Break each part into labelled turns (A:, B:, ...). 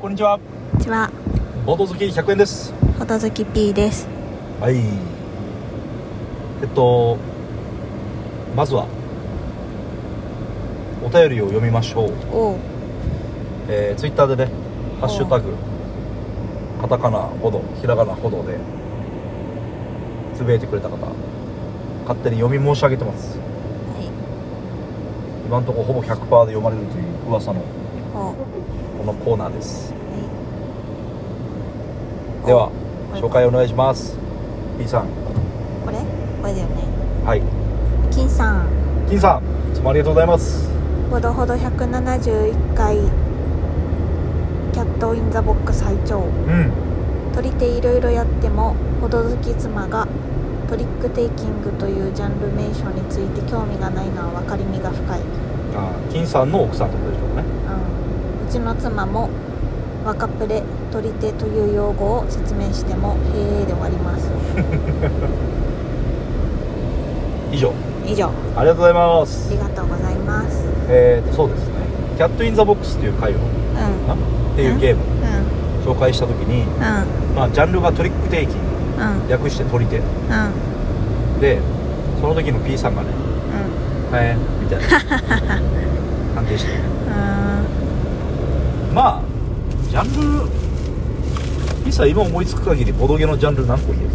A: こんにちは
B: こんにちは
A: ボード好き100円です
B: フォト好き P です
A: はいえっとまずはお便りを読みましょう、
B: おう
A: えー、ツイッターでね「ハ
B: お
A: ッシュタグカタカナほどひらがなほど」でつぶやいてくれた方勝手に読み申し上げてます
B: はい
A: 今のところほぼ100%で読まれるという噂の
B: おう
A: このコーナーです
B: は
A: では
B: はい
A: 紹介お願いします P さん
B: いこれこれだよね
A: はい
B: 金さん
A: 金さんいつもありがとうございます
B: ほどほど171回キャットインザボックス拝聴
A: うん
B: 取り手いろいろやってもほど好き妻がトリックテイキングというジャンル名称について興味がないのは分かりみが深い、う
A: あー金さんの奥さんってことでしょうかね
B: ん、うちの妻も若プレ取り手という用語を説明しても「へえ」で終わります
A: 以上
B: 以上あ
A: ありがとうございます
B: りがとうございます
A: えー、とそうですね「キャット・イン・ザ・ボックス」っていう回を
B: う
A: なんっていうゲームを
B: うん
A: 紹介した時に、
B: うん
A: まあ、ジャンルがトリックテイキン
B: うん
A: グ略して取り手
B: うん
A: でその時の P さんがね
B: うん
A: 「へえ」みたいな 感じでしたね
B: うん
A: まあジャンル P さん今思いつく限りボドゲのジャンル何個言える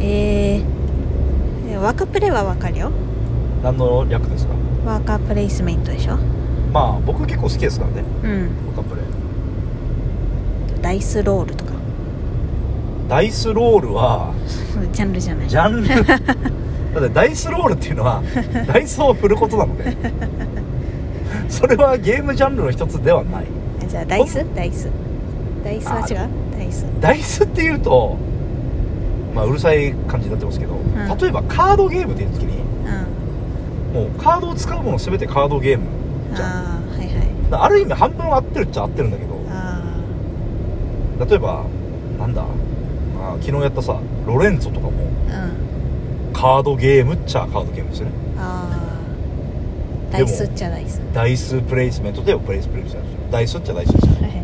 B: えーでワーカープレイは分かるよ
A: 何の略ですか
B: ワーカープレイスメントでしょ
A: まあ僕結構好きですからね
B: うん
A: カップレ
B: ダイスロールとか
A: ダイスロールは
B: ジャンルじゃない
A: ジャンルだってダイスロールっていうの はダイスを振ることなのでそれはゲームジャンルの一つではない
B: じゃあダイスダイスダイスは違うダイス
A: ダイスっていうとまあうるさい感じになってますけど、
B: ん
A: 例えばカードゲームっていう時に
B: うん
A: もうカードを使うもの全てカードゲームじゃん
B: ああはいはい
A: だからある意味半分合ってるっちゃ合ってるんだけど
B: あ
A: 例えばなんだ、まあ、昨日やったさロレンツォとかも
B: あうん
A: カードゲームっちゃカードゲームですよね
B: ああ
A: でも
B: ダイスっちゃダイス
A: ダイスプレイスメントでプレイスプレイスメントダイスっちゃダイスですよね
B: はいはい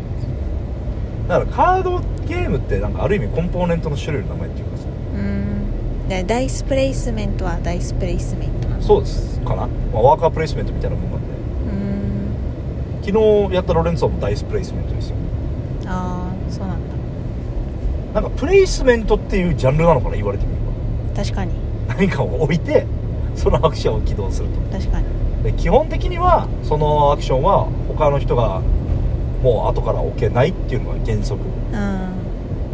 A: だからカードゲームってなんかある意味コンポーネントの種類の名前っていうかさ
B: うんでダイスプレイスメントはダイスプレイスメントなの
A: そうですかな、まあ、ワーカープレイスメントみたいなもんなんで
B: うん
A: 昨日やったロレンツォもダイスプレイスメントですよ
B: ああそうなんだ
A: なんかプレイスメントっていうジャンルなのかな言われてみれ
B: 確かに
A: ば何かを置いてそのアクションを起動すると
B: 確かに
A: で基本的にはそのアクションは他の人がもう後から置けないっていうのが原則
B: うん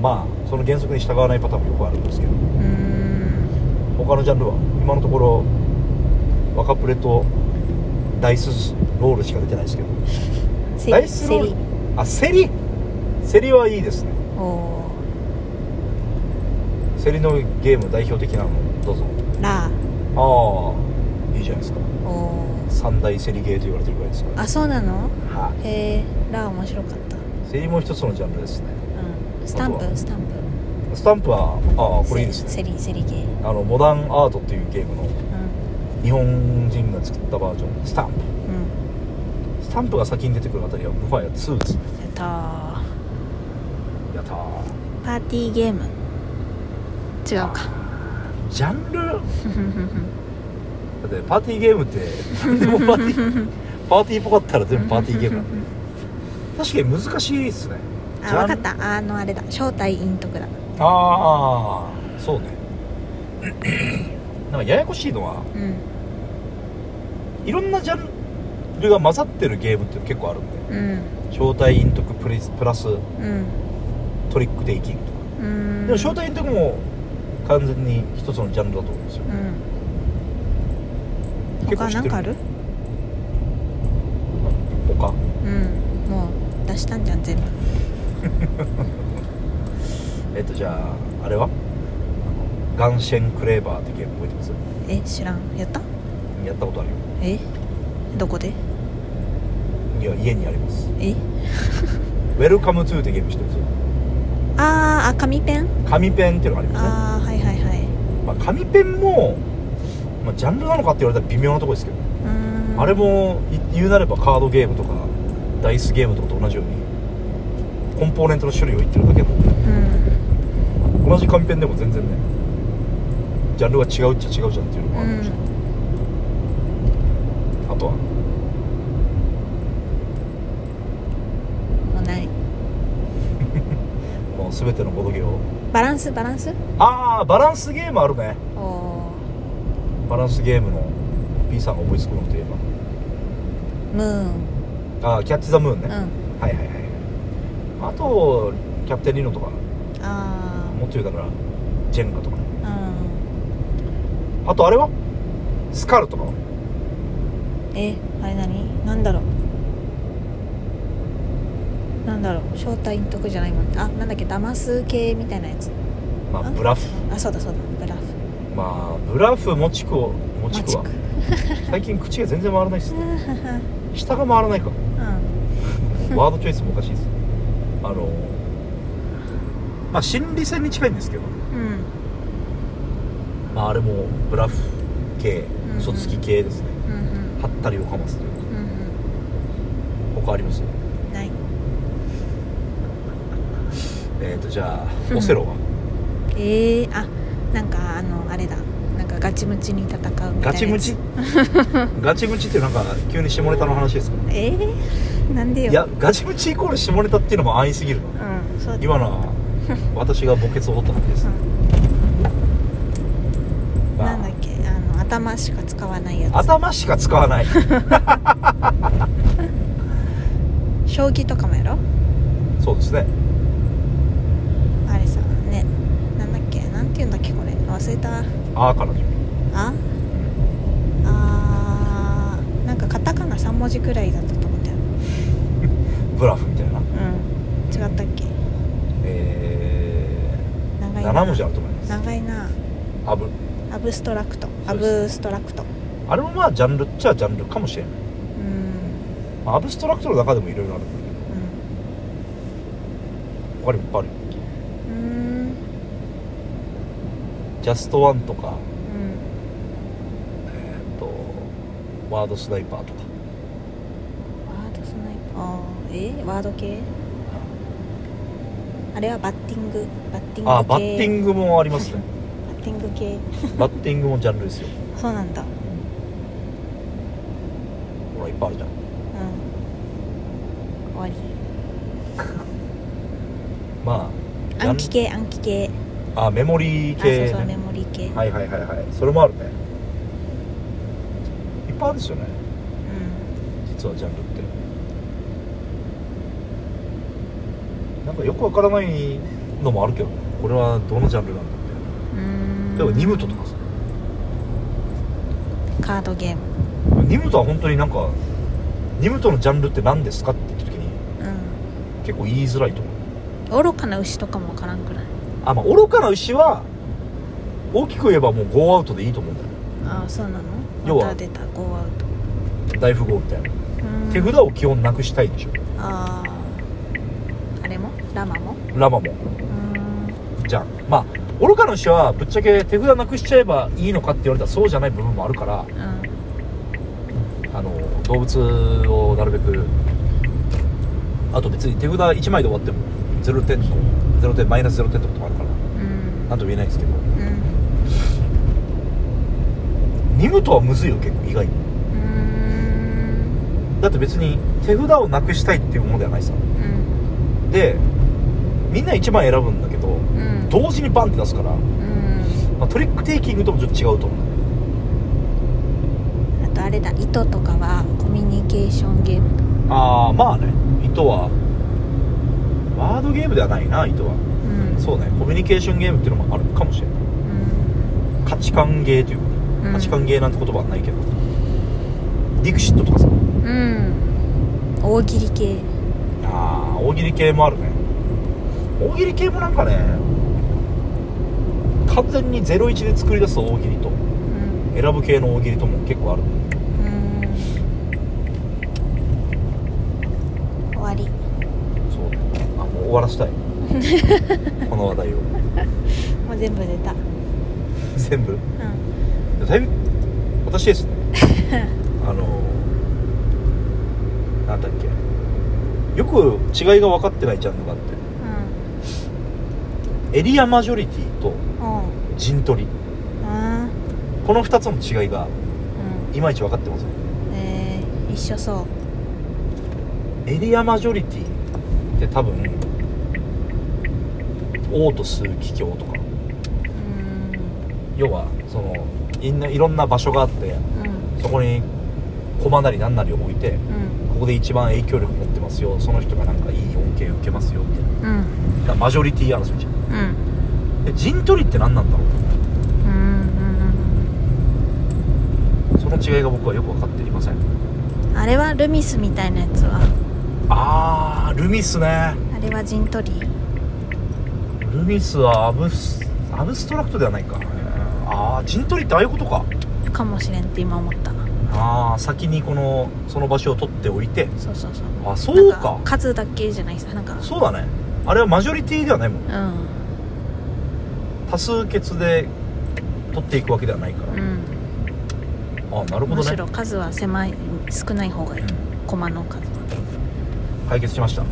A: まあその原則に従わないパターンもよくあるんですけど
B: うん
A: 他のジャンルは今のところワカプレとダイスロールしか出てないですけど
B: セ
A: ダ
B: リ
A: イスロー
B: セリ
A: ルあセリセリはいいですね
B: おお
A: セリのゲーム代表的なのどうぞ
B: ーラ
A: ああいいじゃないですか
B: ーおー
A: 三大セリゲーと言われてるぐらいですから
B: あそうなの
A: は
B: へえラー面白かった
A: いセリも一つのジャンルですね
B: うんスタン
A: あとは
B: プスタンプ
A: スタンプはああこれいいですね
B: セリセリゲー
A: あのモダンアートっていうゲームの
B: う
A: 日本人が作ったバージョンスタンプ
B: んうん
A: スタンプが先に出てくるあたりはもはや2ですね
B: やったー
A: やったー
B: パーティーゲーム違うか
A: ジャンルだってパーティーゲームって何でもパーティー パーティーっぽかったら 全部パーティーゲームなんで確かに難しいですね
B: あ分かったあのあれだ正体陰徳だ
A: ああそうねなんかややこしいのは
B: うん
A: いろんなジャンルが混ざってるゲームっていうの結構あるんで
B: うん
A: 招待陰徳プレスプラス
B: うん
A: トリックテイキングとか
B: うん
A: でも招待陰徳も完全に一つのジャンルだと思うんですよ
B: うん
A: 結構
B: 他
A: 知っ
B: な
A: てる
B: んかある
A: 他
B: うんもう出したんじゃん全部
A: えっとじゃああれはあのガンシェンクレーバーってゲーム覚えてます
B: え知らんやった
A: やったことあるよ
B: えどこで
A: いや家にあります
B: え
A: ウェルカムトゥーってゲームしてるんですよ
B: あーあ紙ペン
A: 紙ペンっていうのがありますね
B: ああはいはいはい
A: まあ、紙ペンも、まあ、ジャンルなのかって言われたら微妙なところですけど、
B: うーん
A: あれもい言うなればカードゲームとかダイスゲームとかと同じようにコンポーネントの種類を言ってるだけも
B: うん
A: 同じ紙ペンでも全然ねジャンルが違うっちゃ違うじゃんっていうのもあるかもしれない、あとは
B: もうない
A: もう全てのボドゲを
B: バランスバランス
A: ああバランスゲームあるね
B: おお
A: バランスゲームの P さんが思いつくのといえ
B: ームーン
A: ばああキャッチ・ザ・ムーン
B: う
A: ね、
B: ん
A: はいはいはいはいあとキャプテン・リノとか
B: あ
A: もっと言うたらジェンガとか
B: あ
A: あとあれはスカルとかは
B: うんえあれ何なんだろうなんだろう正体隠匿じゃないもんあなんだっけ騙す系みたいなやつ
A: まあ
B: あ
A: ブラフ
B: あそうだそうだブラフ
A: まあブラフもちくをもちくは
B: マジ
A: 最近口が全然回らないっす
B: う
A: ね
B: ん
A: 下が回らない かワードチョイスもおかしいですあのまあ心理戦に近いんですけど、
B: うん
A: まあ、あれもブラフ系
B: うん
A: 嘘つき系ですね
B: うんうん
A: はったりをかますという
B: うんうん
A: 他あります
B: ない
A: えっ、ー、とじゃあ
B: う ん
A: オセロは
B: えー、あなんかあのあれだなんかガチムチに戦うみたいなや
A: ガ
B: つ
A: チム チガチムチってなんか急に下ネタの話ですか
B: えー、なんでよ
A: いやガチムチイコール下ネタっていうのも安易すぎ るの
B: うんそうだ
A: 今のは私が墓穴を掘った感じです、
B: うん、
A: ま
B: な
A: あ
B: んだっけあの頭しか使わないやつ
A: 頭しか使わ ない
B: 将棋とかもやろ
A: そうですね
B: あれさねなんだっけなんて言うんだっけこれ忘れた
A: あーからじ
B: ああーなんかカタカナ3文字くらいだったと思ったよ
A: ブラフみたいな
B: うん違ったっけ
A: え
B: 長
A: ー、
B: いな
A: 7文字あると思います
B: 長いな
A: アブ
B: アブストラクトア
A: そうです
B: ブストラクト
A: あれもまあジャンルっちゃジャンルかもしれない
B: うん
A: まあアブストラクトの中でもいろいろあるんだけど他にもいっぱいあるよ
B: うんうん
A: ジャストワンとか
B: うん
A: えーっとワードスナイパーとか
B: ワードスナイパーあーえワード系あれはバッティングバッティング系
A: あーバッティングもありますね
B: バッティング系
A: バッティングもジャンルですよ
B: そうなんだ
A: ほらいっぱいあるじゃん
B: うん終わり
A: まあジャ
B: 暗
A: ン
B: 記系暗記系
A: あメモリー
B: あ
A: 系、ね、
B: そうそうメモリー系、
A: はいはいはいはいそれもあるねいっぱいあるんですよね
B: うん
A: 実はジャンルってなんかよくわからないのもあるけどねこれはどのジャンルなんだっ
B: うーん
A: てでもニムトとかさ
B: カードゲーム
A: ニムトは本当になんかニムトのジャンルって何ですかって言った時に結構言いづらいと思う
B: うん愚かな牛とかもわからんくない
A: あまあ愚かな牛は大きく言えばもうゴーアウトでいいと思うんだよね
B: ああそうなの
A: 要は
B: また出たゴーアウト
A: 大富豪みたいな
B: うん
A: 手札を基本なくしたいでしょ
B: あああれもラマも
A: ラマも
B: うん
A: じゃんまあ愚かな牛はぶっちゃけ手札なくしちゃえばいいのかって言われたらそうじゃない部分もあるから
B: うん
A: あの動物をなるべくあと別に手札1枚で終わっても0点と0点マイナス0点ってこともあるから
B: うん
A: なんとも言えないんですけど
B: うん
A: ニムとはむずいよ結構意外に
B: うーん
A: だって別に手札をなくしたいっていうものではないさ
B: うん
A: でみんな1枚選ぶんだけど
B: うん
A: 同時にバンって出すから、
B: うん
A: まあトリックテイキングともちょっと違うと思う
B: あとあれだ糸とかはコミュニケーションゲーム
A: ああまあね糸はワードゲームではないな糸は
B: うん
A: そうねコミュニケーションゲームっていうのもあるかもしれない価値観ゲーというか
B: うん
A: 価値観ゲーなんて言葉はないけど、ディクシットとかさ
B: うん大喜利系
A: あー大喜利系もあるね大喜利系もなんかね完全に01で作り出す大喜利と
B: うん
A: 選ぶ系の大喜利とも結構ある
B: うん終わり
A: そうねあもう終わらせ たいこの話題を
B: もう全部出たうん
A: 全部だいぶ私ですねあのなんだっけよく違いが分かってないジャンルがあってエリアマジョリティと
B: うんうん
A: 陣取り
B: うん
A: この2つの違いが
B: う
A: いまいち分かってません
B: んえー、一緒そう
A: エリアマジョリティって多分王と数奇境とか
B: うん
A: 要はそのいんないろんな場所があって
B: うん
A: そこに駒なり何なりを置いて
B: うん
A: ここで一番影響力持ってますよその人がなんかいい恩恵を受けますよみたいなだ
B: うん
A: からマジョリティ争いじゃん
B: うん
A: で陣取りって何なんだろ
B: うん
A: う
B: うん
A: その違いが僕はよく分かっていません
B: うんあれはルミスみたいなやつは
A: あールミスね
B: あれは陣取り
A: ルミスはアブスアブストラクトではないかああ陣取りってああいうことか
B: かもしれんって今思った
A: ああ先にこのその場所を取っておいて
B: そうそうそう
A: あそうか
B: なん数だけじゃないさなんか
A: そうだねあれはマジョリティではないもん
B: うん
A: 多数決で取っていくわけではないから、
B: うん
A: ああなるほど
B: むし
A: ね
B: ろ数は狭い少ない方がいい
A: うん
B: 駒の数は
A: 解決しました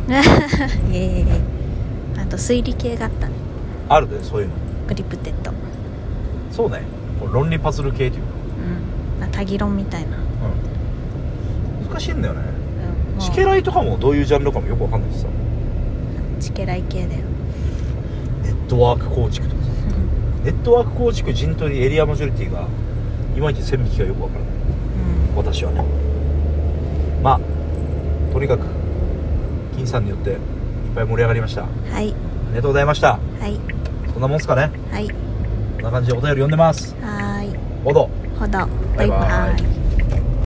B: イエーイあと推理系があったね
A: あるでそういうの
B: グリプテッド
A: そうねこう論理パズル系というか、
B: うんな多義論みたいな、うん、
A: うん、難しいんだよね
B: もう
A: チケライとかもどういうジャンルかもよくわかんないしさ
B: チケライ系だよ、
A: ネットワーク構築とかさネットワーク構築陣取りエリアマジョリティがいまいち線引きがよくわからない
B: うん
A: 私はねまあとにかく金さんによっていっぱい盛り上がりましたあ
B: うん、はい
A: りがとうございました
B: はい
A: そんなもんすかね
B: はい
A: こんな感じでお便り読んでます
B: はーい
A: ほど
B: ほど
A: バイバイ
B: バイバイ